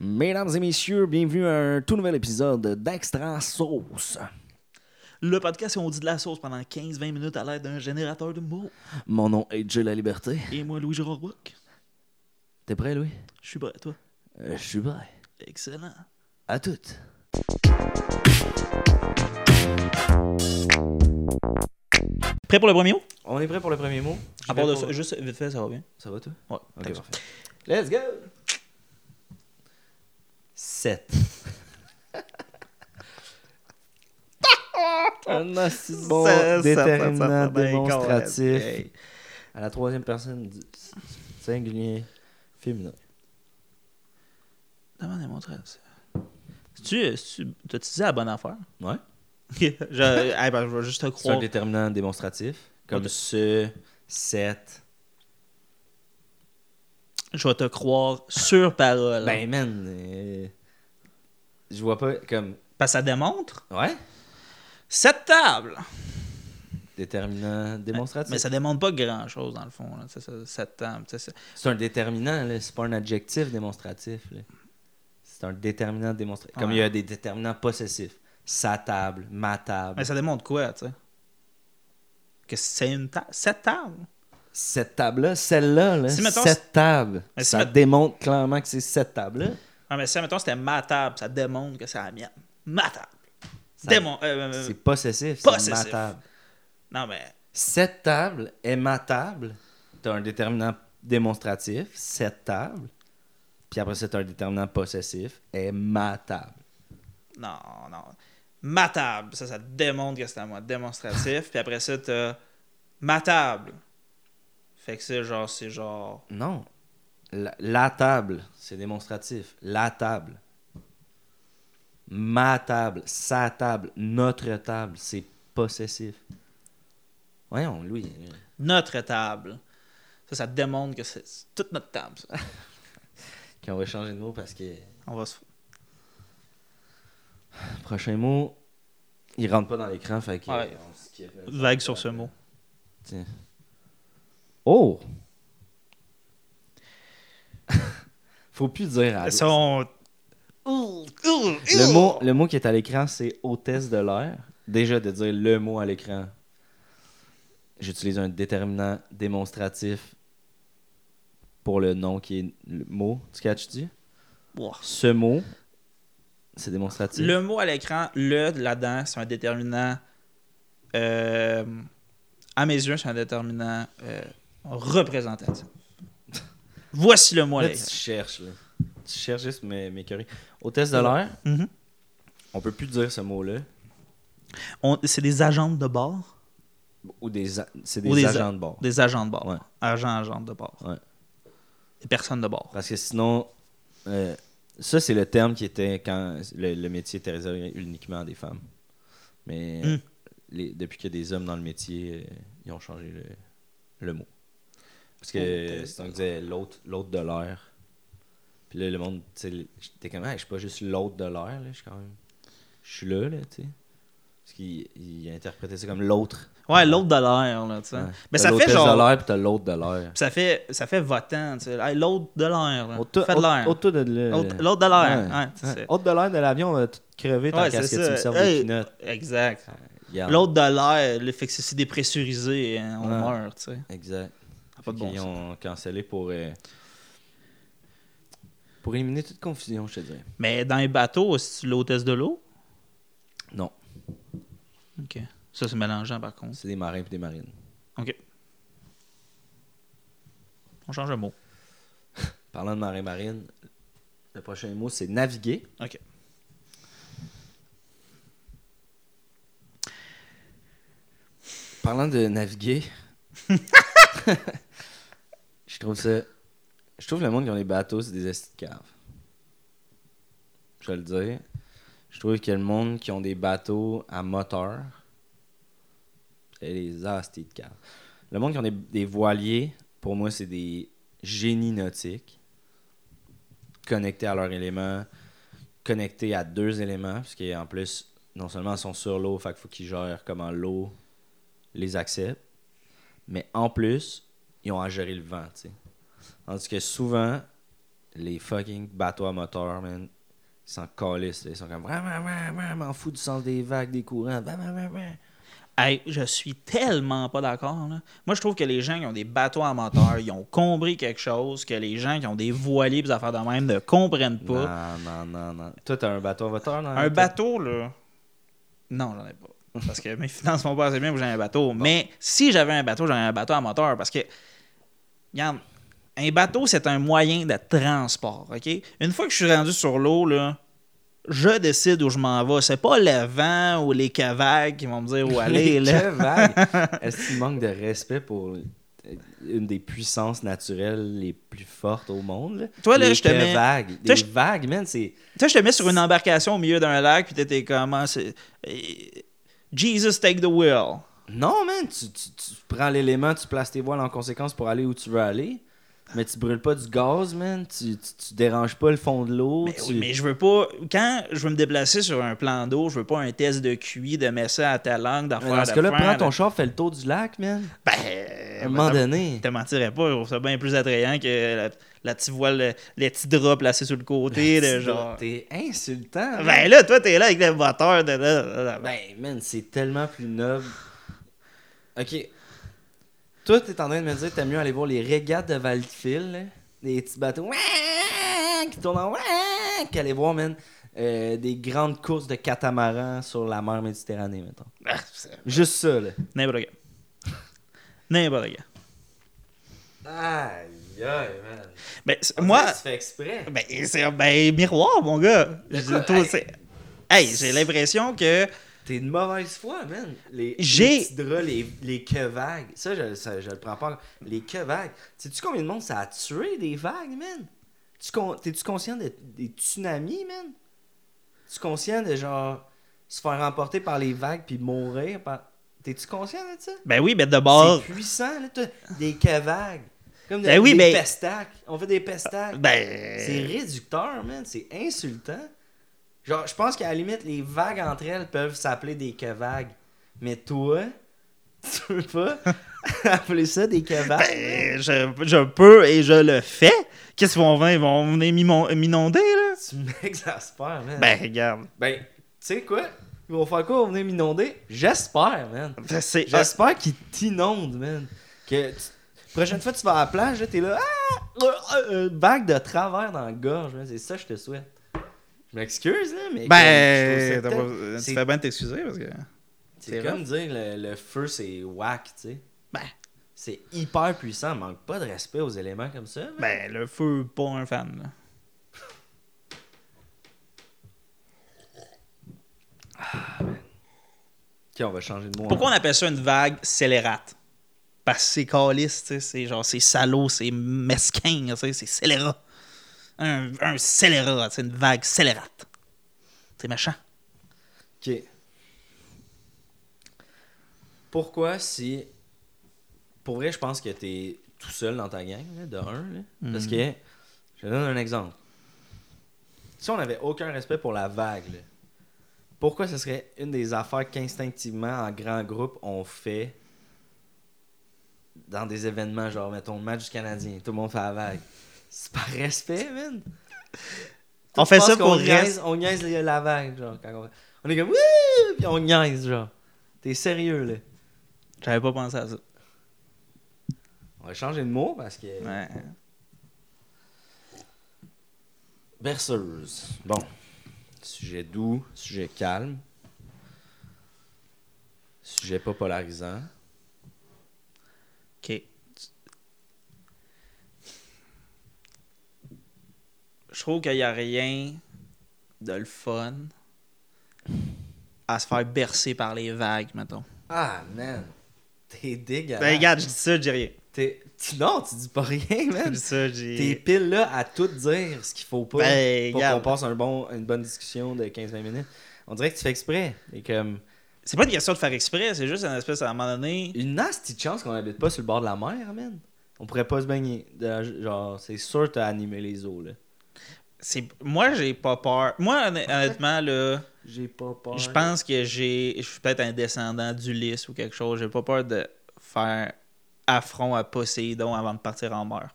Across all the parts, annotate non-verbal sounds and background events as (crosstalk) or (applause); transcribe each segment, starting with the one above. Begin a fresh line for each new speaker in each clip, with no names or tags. Mesdames et messieurs, bienvenue à un tout nouvel épisode d'Extra Sauce.
Le podcast où on dit de la sauce pendant 15-20 minutes à l'aide d'un générateur de mots.
Mon nom est Jay La Liberté.
Et moi, Louis Gérard Brook.
T'es prêt, Louis?
Je suis prêt, toi.
Euh, Je suis prêt.
Excellent.
À toutes.
Prêt pour le premier mot
On est prêt pour le premier mot?
À part de ça, juste vite fait, ça va bien.
Ça va, toi?
Ouais,
Ok,
thanks.
parfait. Let's go! 7. Un assez bon
Ça- ça- ça- ça- ça-
déterminant
ça- ben,
démonstratif.
correct. Hey.
À la troisième personne du singulier féminin.
Demandez-moi ça. Tu, tu t'as-tu dit la bonne affaire?
Ouais.
je, eh ben, je vais juste te
C'est un
croire.
déterminant démonstratif. Comme
Ok.
ce, 7.
Je vais te croire sur parole.
Ben, man, euh, je vois pas comme.
Parce que ça démontre
Ouais?
cette table.
Déterminant démonstratif.
Mais ça démontre pas grand-chose, dans le fond. Là. Tu sais, ça- cette table. tu sais, ça-
C'est un déterminant, là. c'est pas un adjectif démonstratif. là. C'est un déterminant démonstratif. Comme
Ouais.
il y a des déterminants possessifs. Sa table, ma table,
Mais ça démontre quoi, tu sais? Que c'est une table. Cette table.
cette table-là, celle-là, là,
Si, mettons,
cette table.
Mais si,
ça
met-
démontre clairement que c'est cette table-là.
Ah, mais ça, mettons, c'était ma table. Ça démontre que c'est la mienne. Ma table.
Ça-
Démon- euh, euh,
C'est possessif, c'est ma
Possessif.
table.
non, mais.
Cette table est ma table. T'as un déterminant démonstratif, cette table. Puis après ça, t'as un déterminant possessif, est ma table.
Non, non. Ma table. Ça, ça démontre que c'est à moi. Démonstratif. Puis après ça, t'as. Ma table. Fait que ça, genre, c'est genre.
Non. La, la table, c'est démonstratif. La table. Ma table, sa table, notre table, c'est possessif. Voyons, Louis.
Notre table. Ça, ça démontre que c'est c'est toute notre table, ça. (laughs)
Qu'on on va changer de mot parce que.
On va se.
Prochain mot, il rentre pas dans l'écran, fait que.
Ouais.
on skip.
Vague sur ce mot.
Tiens. Oh! (laughs) Faut plus dire à
Ça, on- Ouh, ouh,
Le
ouh.
mot, le mot qui est à l'écran, c'est hôtesse de l'air. Déjà, de dire le mot à l'écran, j'utilise un déterminant démonstratif pour le nom qui est le mot. Tu catches-tu?
Ouah.
Ce mot, c'est démonstratif.
Le mot à l'écran, le là-dedans, c'est un déterminant. euh, à mes yeux, c'est un déterminant euh, représentatif. Voici le mot à
Là, tu
l'écran.
cherches. là. Tu cherches juste mes, mes curries. Hôtesse de l'air,
Mhm.
on peut plus dire ce mot-là.
On- C'est des agents de bord.
Ou des, a- c'est des,
Ou des a-
agents de bord.
Des agents de bord.
Ah Ouais.
Agents, agents de bord.
Ouais.
Des personnes de bord.
Parce que sinon, euh, ça, c'est le terme qui était quand le, le métier était réservé uniquement à des femmes. Mais
Hmm.
les- depuis qu'il y a des hommes dans le métier, euh, ils ont changé le, le mot. Parce que
Oh,
euh,
t'as-
sinon, on disait l'autre l'autre de l'air. Puis là, le monde, tu sais, j'étais comme, Hey, je suis pas juste l'autre de l'air, là, je suis quand même. Je suis là, là, tu sais. Parce qu'il il interprétait ça comme l'autre.
Ouais, l'autre de l'air, là, tu sais.
Ouais. T'as
Mais ça fait
l'hôtesse de
genre.
l'air, puis t'as l'autre de l'air.
Ça fait, ça fait votant, tu sais. Hey, l'autre de l'air, là.
Autour-
Fais de l'air.
autour de l'air.
L'autre l'autre de l'air.
Ouais.
Ouais, tu sais.
Haute de l'air de l'avion, euh, on va tout crever tant
Ouais,
qu'à ce
c'est
que tu me
ça.
serves
Hey.
des pinottes.
Exact. L'autre de l'air, le fait que c'est dépressurisé, hein, on
Ouais.
meurt, tu sais.
Exact.
pas de bon
ils
sens.
ont cancellé pour, euh, pour éliminer toute confusion, je te dirais.
Mais dans les bateaux, c'est l'hôtesse de l'eau.
Non,
OK. Ça, c'est mélangeant, par contre.
c'est des marins et des marines.
OK. On change un mot.
Parlant de marin-marine, le prochain mot, c'est naviguer.
OK.
Parlant de naviguer, je trouve ça. Je trouve le monde qui ont les bateaux, c'est des estis de cave. Je vais le dire. Je trouve que le monde qui ont des bateaux à moteur, c'est des astis de cave. Le monde qui ont des, des voiliers, pour moi, c'est des génies nautiques connectés à leur élément, connectés à deux éléments, parce qu'en plus, non seulement ils sont sur l'eau, fait qu'il faut qu'ils gèrent comment l'eau les accepte, mais en plus, ils ont à gérer le vent, tu sais. Tandis que souvent, les fucking bateaux à moteur, man, ils s'en calissent. là. Ils sont comme, Wah, wah, wah, wah, m'en fous du sens des vagues, des courants. Wah, wah, wah, wah.
Hey, je suis tellement pas d'accord. là. Moi, je trouve que les gens qui ont des bateaux à moteur, ils ont compris quelque chose que les gens qui ont des voiliers et des affaires de même ne comprennent pas.
Non, non, non, non. Toi, t'as un bateau à moteur, non?
Un bateau, là. Ah, Non, j'en ai pas. Parce que mes (laughs) finances vont pas assez bien pour que j'ai un bateau. Mais si j'avais un bateau, j'aurais un bateau à moteur. Parce que, regarde, un bateau, c'est un moyen de transport. OK? Une fois que je suis rendu sur l'eau, là, je décide où je m'en vais. C'est pas le vent ou les cavagues qui vont me (laughs) dire où aller. là.
Quelle vague! (laughs) Est-ce qu'il manque de respect pour euh, une des puissances naturelles les plus fortes au monde? là?
Toi, là,
Les
je te mets-
vagues.
Toi,
Des
je-
vagues, man, c'est...
Tu sais, je te mets sur une embarcation au milieu d'un lac, puis t'étais comme. ah, c'est- eh, Jesus take the wheel.
Non, man, tu, tu- tu prends l'élément, tu places tes voiles en conséquence pour aller où tu veux aller, mais tu brûles pas du gaz, man, tu, tu, tu déranges pas le fond de l'eau.
Mais,
tu-
Eh oui, mais je veux pas. Quand je veux me déplacer sur un plan d'eau, je veux pas un test de QI, de messer à ta langue, d'en
Mais
faire
dans ce cas-là,
de
prends
faire,
ton
de-
char, fais le tour du lac, man.
Ben,
À un moment
ben,
donné.
Je te mentirais pas, je trouve ça bien plus attrayant que la, la petite voile, le- les petits draps placés sur le côté, de genre.
T'es insultant. man.
Ben là, toi, t'es là avec le moteur de là.
Ben, man, c'est tellement plus noble. Ok. Toi, t'es en train de me dire que t'aimes mieux aller voir les régates de Valfil, là, des petits bateaux ouah, qui tournent en ouah, qu'aller voir, man, euh, des grandes courses de catamarans sur la mer Méditerranée, mettons.
Ah, c'est-
Juste ça, là.
N'importe quoi. N'importe quoi.
Aïe, aïe, man.
Ben, c'est- moi.
fait exprès.
Ben, c'est ben, miroir, mon gars. Je
quoi?
trouve
Hey.
c'est- Hey, j'ai l'impression que.
T'es de mauvaise foi, man. Les,
J'ai-
les petits draps, les, les que vagues. Ça je, ça, je le prends pas. Les que vagues. Sais-tu combien de monde ça a tué des vagues, man? Tu con- T'es-tu conscient de- des tsunamis, man? Tu conscient de genre se faire emporter par les vagues puis mourir? Par... T'es-tu conscient de ça?
Ben oui, mais de bord.
C'est puissant, là, t'as des que vagues. Comme de-
Ben oui,
des
mais-
pestaques. On fait des pestaques. C'est
Ben.
réducteur, man. C'est insultant. Genre, je pense qu'à la limite, les vagues entre elles peuvent s'appeler des que-vagues. Mais toi, (laughs) tu veux pas (laughs) appeler ça des que-vagues? man?
Ben, je, je peux et je le fais. Qu'est-ce qu'ils vont venir? Ils vont venir m'immo- m'inonder, là?
Tu m'exaspères, man.
Ben, regarde.
Ben, tu sais quoi? Ils vont faire quoi? Ils vont venir m'inonder? J'espère, man.
C'est.
J'espère qu'ils t'inondent, man. Que tu- prochaine fois que tu vas à la plage, là, t'es là. Ah! Euh, euh, euh, vague de travers dans la gorge, man. C'est ça que je te souhaite. Je m'excuse, là, mais.
Ben.
comme, je trouve
t'as
ça
pas-
tel-
Tu
c'est-
fais bien de t'excuser parce que.
C'est
C'est
comme dire le, le feu, c'est whack, tu sais.
Ben.
C'est hyper puissant, manque pas de respect aux éléments comme ça. man.
Ben, le feu, pas un fan, là.
Ok, on va changer de mot.
Pourquoi on
hein.
appelle ça une vague scélérate? Parce que c'est calice, tu sais, c'est genre, c'est salaud, c'est mesquin, tu sais, c'est scélérat. Un, un scélérat, c'est une vague scélérate. C'est méchant.
Ok. Pourquoi si. Pour vrai, je pense que t'es tout seul dans ta gang, là, de un. là. Parce que. Je te donne un exemple. Si on n'avait aucun respect pour la vague, là, pourquoi ce serait une des affaires qu'instinctivement, en grand groupe, on fait dans des événements, genre, mettons, le match du Canadien, tout le monde fait la vague. C'est par respect, man.
On fait
Je pense
ça pour
qu'on
res-
niaise- On niaise la la vague, genre. quand on... on est comme, Wouh! puis on niaise, genre. T'es sérieux, là.
J'avais pas pensé à ça.
On va changer de mot parce que.
Ouais.
Berceuse. Bon. Sujet doux, sujet calme. Sujet pas polarisant.
Ok. Je trouve qu'il n'y a rien de le fun à se faire bercer par les vagues, mettons.
Ah, man. T'es dégueulasse.
Ben, regarde, je dis ça, je dis rien.
T'es- tu- Non, tu dis pas
(laughs)
rien,
Je
man.
dis ça,
T'es
je dis...
pile là à tout dire ce qu'il faut pas.
Ben,
pour qu'on
regarde.
passe un bon, une bonne discussion de 15-20 minutes. On dirait que tu fais exprès. Et comme.
C'est pas une question de faire exprès, c'est juste une espèce, à un moment donné...
Une nasty chance qu'on habite pas sur le bord de la mer, man. On pourrait pas se baigner. De- genre, c'est sûr que t'as animé les eaux, là.
c'est moi j'ai pas peur moi honn- honnêtement là
J'ai pas peur.
je pense que j'ai je suis peut-être un descendant d'Ulysse ou quelque chose j'ai pas peur de faire affront à Poséidon avant de partir en mer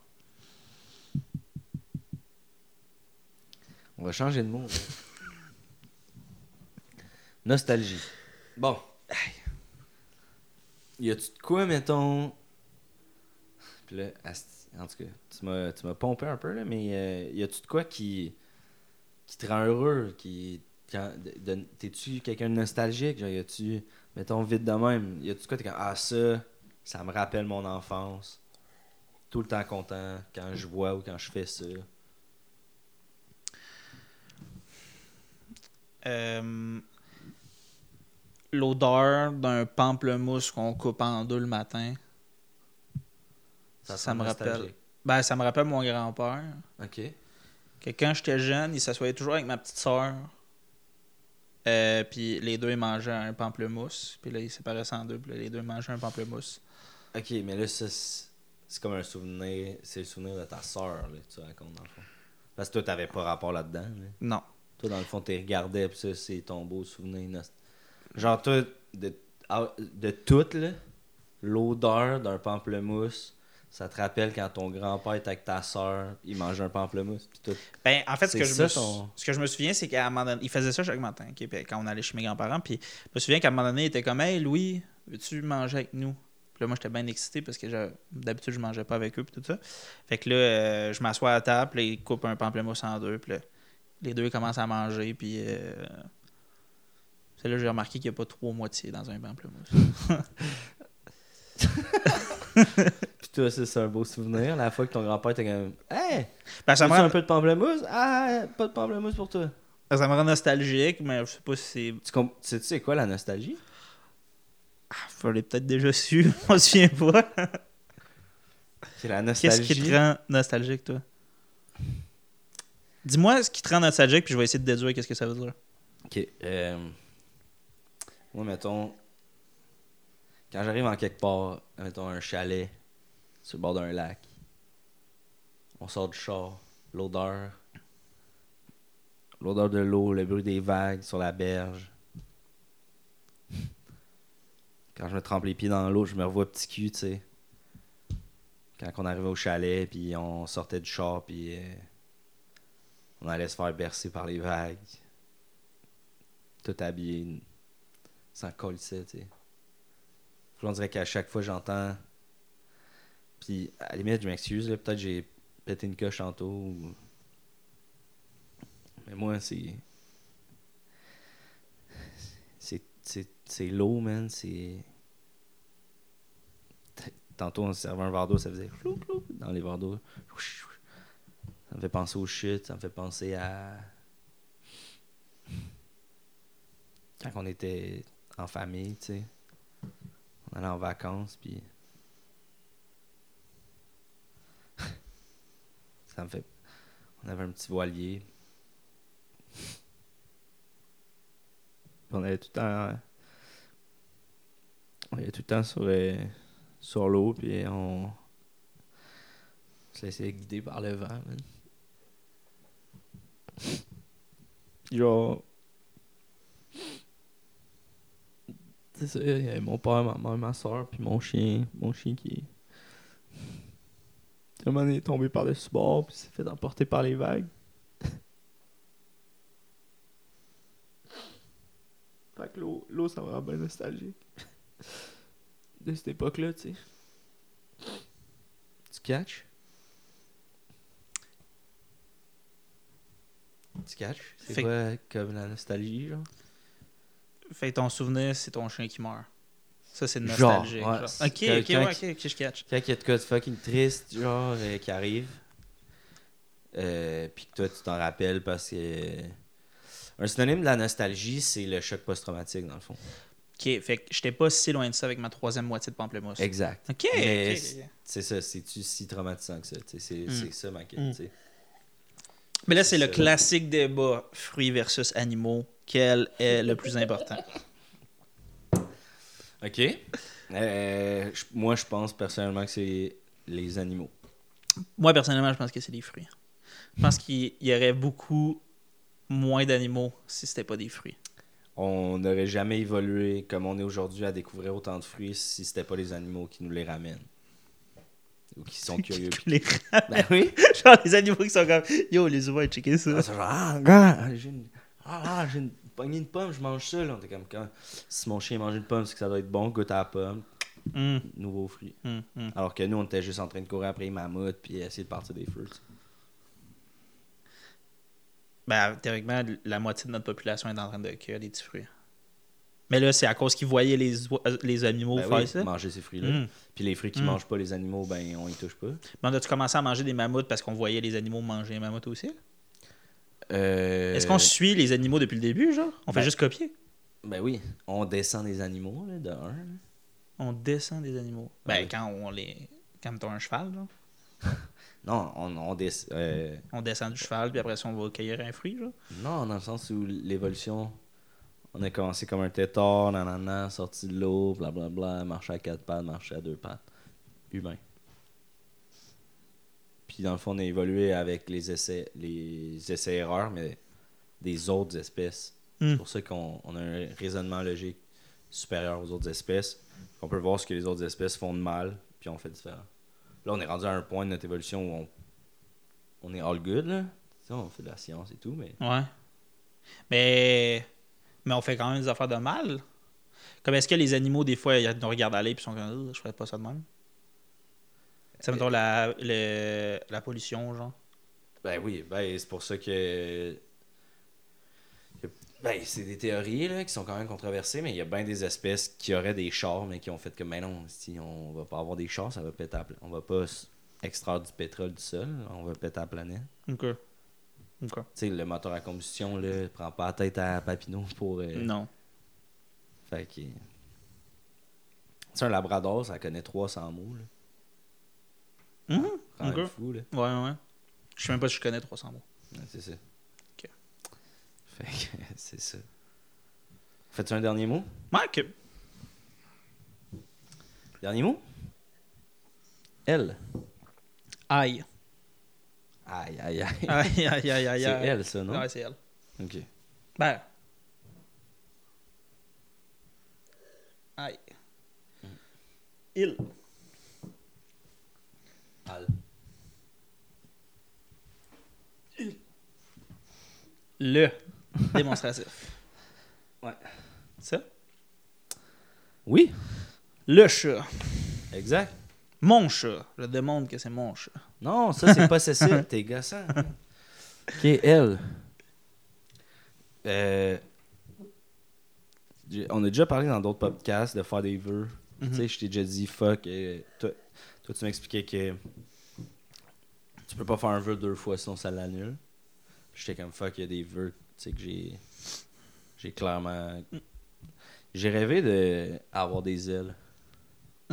On va changer de mot. Nostalgie. Bon. Y a-tu de quoi, mettons. Puis là, asti- en tout cas, tu m'as, tu m'as pompé un peu, là, mais euh, y a-tu de quoi qui, qui te rend heureux qui, quand- de- de- T'es-tu quelqu'un de nostalgique Genre, y a-tu. Mettons, vite de même. Y a-tu de quoi T'es comme. Ah, ça, ça me rappelle mon enfance. Tout le temps content quand je vois ou quand je fais ça.
Euh, L'odeur d'un pamplemousse qu'on coupe en deux le matin. Ça,
te rend
me rappelle.
nostalgique.
Ben, ça me rappelle mon grand-père.
Ok.
Que quand j'étais jeune, il s'assoyait toujours avec ma petite soeur. Euh, puis les deux, ils mangeaient un pamplemousse. Puis là, ils séparaient ça en deux. Puis là, les deux mangeaient un pamplemousse.
Ok, mais là, ça, c'est c'est comme un souvenir. C'est le souvenir de ta soeur, là, que tu racontes, dans le fond. Parce que toi, t'avais pas rapport là-dedans. là.
Non.
Toi, dans le fond, t'es regardais, puis ça, c'est ton beau souvenir. nost- Genre, toi, de, ah, de tout, là, l'odeur d'un pamplemousse, ça te rappelle quand ton grand-père était avec ta soeur, il mangeait un pamplemousse, puis tout.
Ben, en fait, ce
C'est
que, je
ça,
me, sou-
ton-
ce que je me souviens, c'est qu'à un moment donné, il faisait ça chaque matin, ok, puis quand on allait chez mes grands-parents. Puis je me souviens qu'à un moment donné, il était comme Hey, Louis, veux-tu manger avec nous Puis là, moi, j'étais bien excité parce que j'a- d'habitude, je mangeais pas avec eux, puis tout ça. Fait que là, euh, je m'assois à table, puis là, ils coupent un pamplemousse en deux, puis là, les deux commencent à manger, puis. euh, C'est là que j'ai remarqué qu'il n'y a pas trois moitiés dans un pamplemousse.
Puis toi, ça, c'est un beau souvenir. La fois que ton grand-père était comme, hey,
Ben, ça,
ça
me
un
rend,
peu de pamplemousse? Ah, pas de pamplemousse pour toi.
ça me rend nostalgique, mais je sais pas si c'est.
Tu, com- tu sais, tu sais quoi la nostalgie?
Ah, je l'ai peut-être déjà su, (laughs) je me souviens pas.
C'est la
Qu'est-ce
nostalgie.
qui te rend nostalgique, toi? Dis-moi ce qui te rend nostalgique, puis je vais essayer de déduire qu'est-ce que ça veut dire.
Ok. euh, Moi, mettons, quand j'arrive en quelque part, mettons un chalet sur le bord d'un lac, on sort du char, l'odeur, l'odeur de l'eau, le bruit des vagues sur la berge. Quand je me trempe les pieds dans l'eau, je me revois petit cul, tu sais. Quand on arrivait au chalet, puis on sortait du char, puis euh, on allait se faire bercer par les vagues tout habillé, sans colissait, tu sais. Puis On dirait qu'à chaque fois, j'entends. Puis, à la limite, je m'excuse, là, peut-être j'ai pété une coche tantôt. ou- Mais moi, c'est. C'est, c'est, c'est l'eau, man. C'est. Tantôt, on se servait un verre d'eau, ça faisait flou, flou dans les verres d'eau. Ça me fait penser aux chutes, ça me fait penser à. quand on était en famille, tu sais. On allait en vacances, puis. (laughs) ça me fait. On avait un petit voilier. Puis on allait tout le temps. On allait tout le temps sur, euh, sur l'eau, puis on. on se laissait guider par le vent, man. Genre. C'est ça, il y avait mon père, ma mère, ma soeur, puis mon chien. Mon chien qui. À un moment donné, est tombé par-dessus bord, puis s'est fait emporter par les vagues. (laughs) fait que l'eau, l'eau, ça me rend bien nostalgique. De cette époque-là, tu sais. Tu catches? Tu catches? C'est
Fait-
quoi comme la nostalgie, genre?
Fait que ton souvenir, c'est ton chien qui meurt. Ça, c'est
Genre,
nostalgique.
ouais,
genre.
c'est
Ok, ok,
quelqu'un
ouais,
qui-
ok, ok, je catch.
Quand il y a de quoi de fucking triste, genre, euh, qui arrive, euh, puis que toi, tu t'en rappelles parce que. euh, Un synonyme de la nostalgie, c'est le choc post-traumatique, dans le fond.
Ok, fait que j'étais pas si loin de ça avec ma troisième moitié de pamplemousse. Ok,
Exact.
ok,
Mais
ok.
c'est- C'est ça, c'est-tu si traumatisant que ça? tu sais, C'est
Mm.
c'est ça ma quête.
Mm.
tu sais.
Mais là, c'est le
c'est-
classique débat fruits versus animaux. Quel est le plus important?
Ok. Euh, je- moi, je pense personnellement que c'est les animaux.
Moi, personnellement, je pense que c'est des fruits. Je pense qu'il y aurait beaucoup moins d'animaux si c'était pas des fruits.
On n'aurait jamais évolué comme on est aujourd'hui à découvrir autant de fruits si c'était pas les animaux qui nous les ramènent. ou qui sont curieux.
(laughs) Puis les rats,
ben oui.
(laughs) genre les animaux qui sont comme Yo, les humains, checker ça.
Ah, c'est genre, ah, gars, j'ai une, ah, ah, j'ai une poignée de pomme, je mange ça. Là. On était comme, quand, si mon chien mange une pomme, c'est que ça doit être bon, goûte à la pomme,
Hum,
nouveau fruit.
hum, hum.
Alors que nous, on était juste en train de courir après les mammouths puis essayer de partir des fruits.
Ben, théoriquement, la moitié de notre population est en train de cueillir des petits fruits. Mais là, c'est à cause qu'ils voyaient les, oi- euh, les animaux
Ben
faire
oui,
ça.
manger ces fruits-là.
Hum.
Puis les fruits qui
Mm.
mangent pas les animaux, ben on y touche pas.
Mais on a-tu commencé à manger des mammouths parce qu'on voyait les animaux manger les mammouths aussi?
Euh,
Est-ce qu'on suit les animaux depuis le début, genre? On fait
ben-
juste copier.
Ben oui, on descend des animaux, là, de un. là.
On descend des animaux. Ben,
Ouais.
quand on les. Quand mettons un cheval, genre,
Non, on, on descend. euh,
on descend du cheval, puis après ça, on va cueillir un fruit, genre.
non, dans le sens où l'évolution, on a commencé comme un tétard, nanana, sorti de l'eau, blablabla, marché à quatre pattes, marché à deux pattes. Humain. Puis dans le fond, on a évolué avec les essais, les essais-erreurs, mais des autres espèces.
Mm.
C'est pour ça qu'on on a un raisonnement logique supérieur aux autres espèces. On peut voir ce que les autres espèces font de mal, puis on fait différent. Là, on est rendu à un point de notre évolution où on, on est all good, là. Tu sais, on fait de la science et tout, mais
Ouais. Mais. Mais on fait quand même des affaires de mal. Comme est-ce que les animaux, des fois, ils nous regardent aller, puis ils sont comme, Oh, je ferais pas ça de même. Ça, mettons, la, le- la pollution, genre.
Ben oui, ben c'est pour ça que. que- Ben, c'est des théories là, qui sont quand même controversées, mais il y a bien des espèces qui auraient des chars, mais qui ont fait comme, ben non, si on va pas avoir des chars, ça va péter à pla- On va pas s- extraire du pétrole du sol, on va péter à la planète.
Ok. Ok.
Tu sais, le moteur à combustion, là, prend pas la tête à Papineau pour. euh,
Non.
Fait que. Tu sais, un labrador, ça connaît 300 mots, là.
Mhm,
Rend le
ok.
fou, là.
Ouais, ouais, ouais. Je sais même pas si je connais 300 mots.
Ouais, c'est ça. Ok. Fait que, (laughs) c'est ça. Fais-tu un dernier mot?
Ouais, ok.
Dernier mot? Elle.
Aïe.
Aïe, aïe, aïe.
Aïe, aïe, aïe, aïe.
C'est
aïe.
elle, ça, non?
Ouais, c'est elle.
Ok.
Ben. Aïe.
Hum.
Il. Le. Démonstratif.
Ouais.
Ça?
Oui,
Le chat.
exact.
Mon chat. Je demande que c'est mon chat.
Non, ça, c'est pas (laughs) Cécile, t'es gossant. hein. Ok, elle. Euh, j'ai- on a déjà parlé dans d'autres podcasts de faire des vœux. Tu sais, je t'ai déjà dit, fuck. euh, toi, toi, tu m'expliquais que tu peux pas faire un vœu deux fois, sinon ça l'annule. Puis J'étais comme, fuck, il y a des vœux tu sais, que j'ai. J'ai clairement. J'ai rêvé d'avoir des ailes.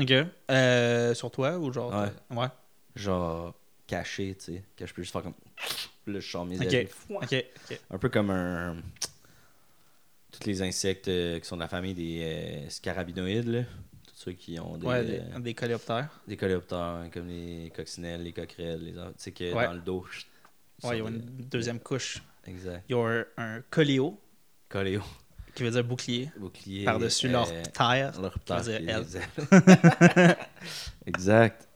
Ok. Euh, sur toi ou genre. euh,
Ouais.
Ouais.
Genre cachées, tu sais. Que je peux juste faire comme. Puis Là, je sors mes ailes.
Ok. Ok. Ok.
Un peu comme un. Tous les insectes euh, qui sont de la famille des euh, scarabinoïdes, là. Tous ceux qui ont des,
Ouais, des,
euh,
des coléoptères.
des coléoptères, hein, comme les coccinelles, les coquerelles, les autres. Tu sais, que
Ouais.
dans le dos. chut, ils
Ouais, ils
sont
ont
des-
une deuxième couche.
Exact.
Ils ont un, un coléo,
Coléo,
qui veut dire bouclier,
bouclier.
par-dessus leur
euh,
terre.
leur ptère,
dire
puis
elle.
les ailes. (laughs) exact.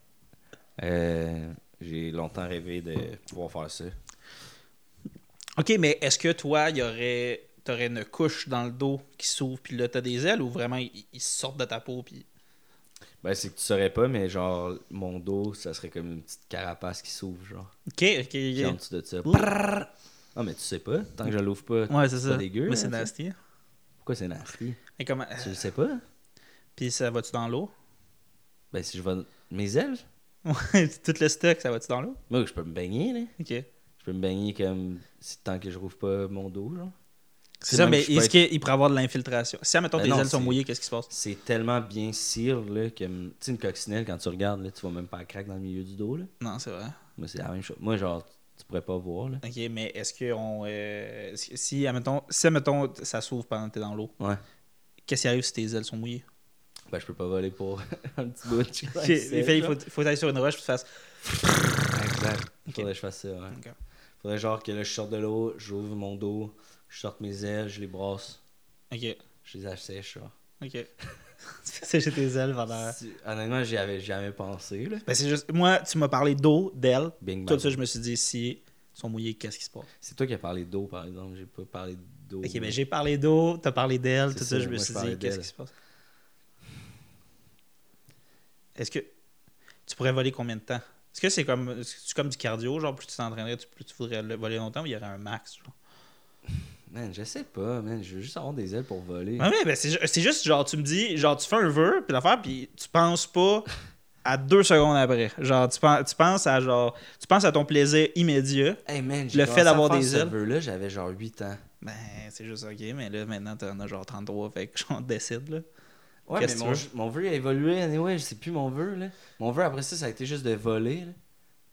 Euh, J'ai longtemps rêvé de pouvoir faire ça.
Ok, mais est-ce que toi, il y aurait. T'aurais une couche dans le dos qui s'ouvre, puis là, t'as des ailes, ou vraiment, ils, ils sortent de ta peau, puis.
Ben, c'est que tu saurais pas, mais genre, mon dos, ça serait comme une petite carapace qui s'ouvre, genre.
Ok, ok,
Puis en
ok.
dessous de ça.
Ouh.
prrrr. Ah, mais tu sais pas. Tant que je l'ouvre pas.
Ouais, c'est ça.
dégueu,
mais
hein,
c'est
ça.
nasty.
Pourquoi c'est nasty
Et comment. euh,
Tu le sais pas
Puis ça va-tu dans l'eau? (laughs)
Ben, si je vais. Mes ailes
Ouais, tout le stock, ça va-tu dans l'eau?
Moi, je peux me baigner, là.
Ok.
Je peux me baigner comme. si- Tant que je rouvre pas mon dos, genre.
C'est
C'est
ça,
même
mais
que je peux
est-ce
être-
qu'il pourrait avoir de l'infiltration? Si, admettons,
Ben
tes
non,
ailes sont
c'est-
mouillées, qu'est-ce qui se passe?
C'est tellement bien cire, là, que. Tu sais, une coccinelle, quand tu regardes, là, tu vois même pas la craque dans le milieu du dos, là.
Non, c'est vrai.
Moi, c'est la même chose. Moi, genre, tu pourrais pas voir, là.
Ok, mais est-ce que on. euh, si- si, admettons, si, admettons, ça s'ouvre pendant que t'es dans l'eau,
Ouais.
qu'est-ce qui arrive si tes ailes sont mouillées?
Ben, je peux pas voler pour (laughs) un petit bout.
Ok, il fait- il faut, faut aller sur une roche, puis tu fasses.
Exact.
Ok.
Faudrait que je fasse ça, ouais.
Ok.
Faudrait genre que là, je sorte de l'eau, j'ouvre mon dos, je sorte mes ailes, je les brasse,
Ok.
je les assèche, genre. (laughs)
Ok. tu faisais jeter tes ailes pendant.
Si- Honnêtement, j'y avais jamais pensé. Là.
Ben, c'est juste. Moi, tu m'as parlé d'eau, d'ailes.
Bing,
Tout
bang.
ça, je me suis dit, si ils sont mouillés, qu'est-ce qui se passe?
C'est toi qui as parlé d'eau, par exemple. J'ai pas parlé d'eau.
Ok, ben j'ai parlé d'eau, t'as parlé d'elle,
C'est
tout ça,
ça,
je me
moi, je
suis
parlais
dit, qu'est-ce
d'elle.
qui se passe? Est-ce que tu pourrais voler combien de temps? Est-ce que c'est comme, est-ce que c'est comme du cardio, genre plus tu t'entraînerais, tu- plus tu voudrais le- voler longtemps ou il y aurait un max? Genre?
Man, je sais pas, man. Je veux juste avoir des ailes pour voler.
Ouais, ouais, ben c'est, ju- c'est juste genre tu me dis, genre tu fais un vœu, puis l'affaire, puis tu penses pas à deux secondes après. Genre tu, pen- tu penses à genre tu penses à ton plaisir immédiat.
Hey, man,
Le fait d'avoir des ailes.
là j'avais genre 8 ans.
Ben c'est juste ok, mais là maintenant t'en as genre 33, fait que j'en décide là.
Ouais, mais
Qu'est-ce
mon,
que tu
mon vœu a évolué. Anyway, je sais plus mon vœu, là. Mon vœu, après ça, ça a été juste de voler, là.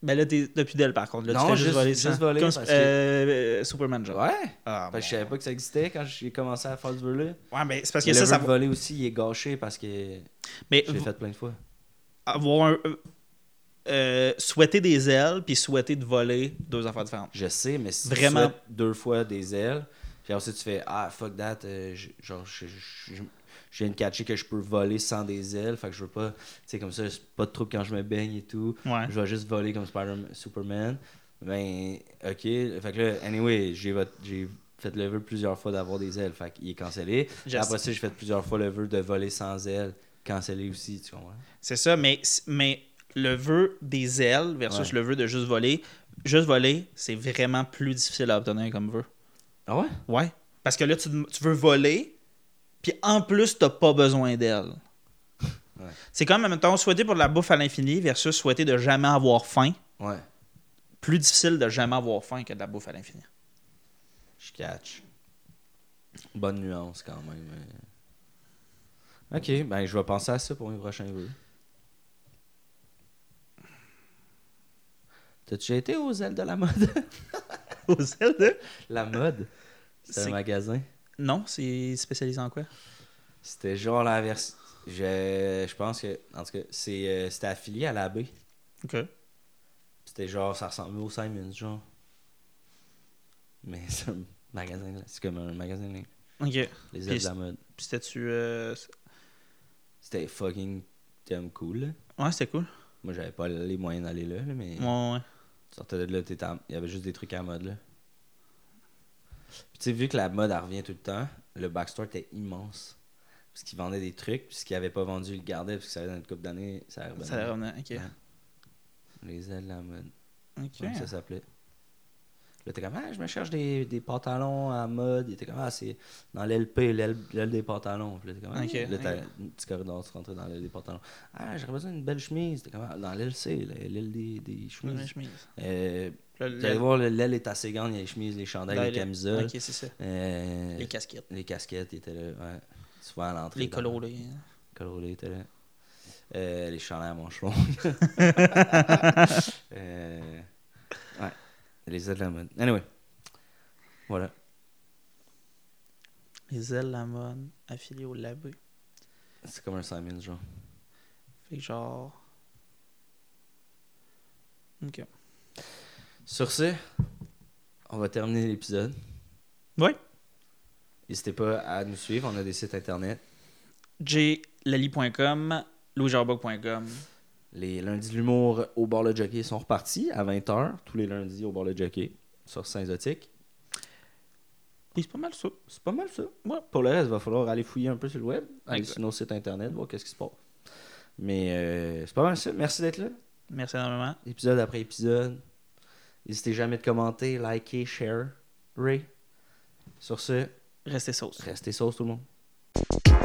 Ben là, t'es depuis d'elle par contre. Là,
Non,
tu fais
juste-
juste voler
juste
ça.
voler,
Comme
parce que-
euh, euh, Superman, genre.
Ouais.
Ah,
Parce que je savais pas que ça existait quand j'ai commencé à faire ce vœu-là.
bon. Ouais, mais c'est parce que
Mais
ça,
le
ça
vœu de
va.
voler aussi, il est gâché parce que je
Mais
l'ai
v-
fait plein de fois.
avoir un. euh, euh, souhaiter des ailes puis souhaiter de voler, deux affaires différentes.
Je sais, mais si
Vraiment.
tu souhaites deux fois des ailes, puis ensuite tu fais Ah, fuck that, euh, je- genre, je, je- je- je viens de catcher que je peux voler sans des ailes, fait que je veux pas, tu sais, comme ça, c'est pas de trouble quand je me baigne et tout.
Ouais.
Je vais juste voler comme Spider-Man- Superman. Ben, ok, fait que là, anyway, j'ai vot- j'ai fait le vœu plusieurs fois d'avoir des ailes, fait qu'il est cancellé.
Je
Après ça, j'ai fait plusieurs fois le vœu de voler sans ailes, cancellé aussi, tu comprends?
C'est ça, mais, mais le vœu des ailes versus
Ouais.
le vœu de juste voler, juste voler, c'est vraiment plus difficile à obtenir comme vœu.
Ah ouais?
Ouais. Parce que là, tu, tu veux voler, puis en plus, t'as pas besoin d'elle.
Ouais.
C'est comme, en même temps, souhaiter pour de la bouffe à l'infini versus souhaiter de jamais avoir faim.
Ouais,
Plus difficile de jamais avoir faim que de la bouffe à
(laughs)
l'infini.
je catch. Bonne nuance quand même. euh. Ok, ben je vais penser à ça pour mes prochains vœux. T'as-tu déjà été aux ailes de la mode? (laughs)
Aux ailes de-
la mode? C'est
C'est-
un magasin.
Non, c'est spécialisé en quoi?
C'était genre la version. Je, je pense que. En tout cas, c'est, euh, c'était affilié à la baie.
OK.
C'était genre, ça ressemblait au Simons, genre. Mais (laughs) c'est un magasin. de- C'est comme un magasin. de-
OK. Puis
Les ailes
Puis-
de la mode.
c'était-tu... euh, c-
C'était fucking damn cool, là.
Ouais, c'était cool.
Moi, j'avais pas les moyens d'aller là, là, mais
Ouais, ouais. ouais.
tu sortais de là, t'étais en- il y avait juste des trucs à mode, là. Puis tu sais, vu que la mode, elle revient tout le temps, le backstore était immense. Parce qu'ils vendaient des trucs, puis ce qu'ils avaient pas vendu, ils le gardaient, parce que ça allait dans une couple d'années, ça allait
Ça allait revenir. OK.
Les ailes de la mode,
OK.
comme ça s'appelait. Là, t'es comme, ah, je me cherche des, des pantalons à mode. Il était comme, ah, c'est dans l'LP, l'aile l'aile des pantalons. Puis là, t'es comme, ah,
Ok,
là, t'as
ok.
un petit corridor, tu rentrais dans l'aile des pantalons. Ah, j'aurais besoin d'une belle chemise. T'es comme, ah, dans l'LC, l'aile des, des
Ouais,
chemises.
la chemise.
Euh,
Le-
vous
le-
allez voir, le- l'aile est assez grande, il y a les chemises, les chandails,
la-
les
le-
camisoles.
OK, c'est ça.
euh,
Les casquettes.
les casquettes étaient là, ouais. Souvent à l'entrée.
Les
dans-
colos, là.
colorés étaient là. Euh, les chandails à manches
(laughs)
longues. Euh, ouais. Les ailes de la mode. Anyway. Voilà.
Les ailes la mode affiliées au labé.
C'est comme un Simons, genre.
Fait que genre... OK.
Sur ce, on va terminer l'épisode.
Ouais.
N'hésitez pas à nous suivre. On a des sites internet.
jlali.com, louisjarboc.com.
Les lundis de l'humour au bord le jockey sont repartis à 20h, tous les lundis au bord le jockey, sur Saint-Zotique.
Puis c'est pas mal ça.
C'est pas mal ça.
Ouais.
Pour le reste, il va falloir aller fouiller un peu sur le web, aller
Exact.
sur nos sites internet, voir qu'est-ce qui se passe. Mais euh, c'est pas mal ça. Merci d'être là,
Merci énormément.
épisode après épisode. N'hésitez jamais de commenter, liker, share, ray. Sur ce,
Restez sauce.
restez sauce tout le monde.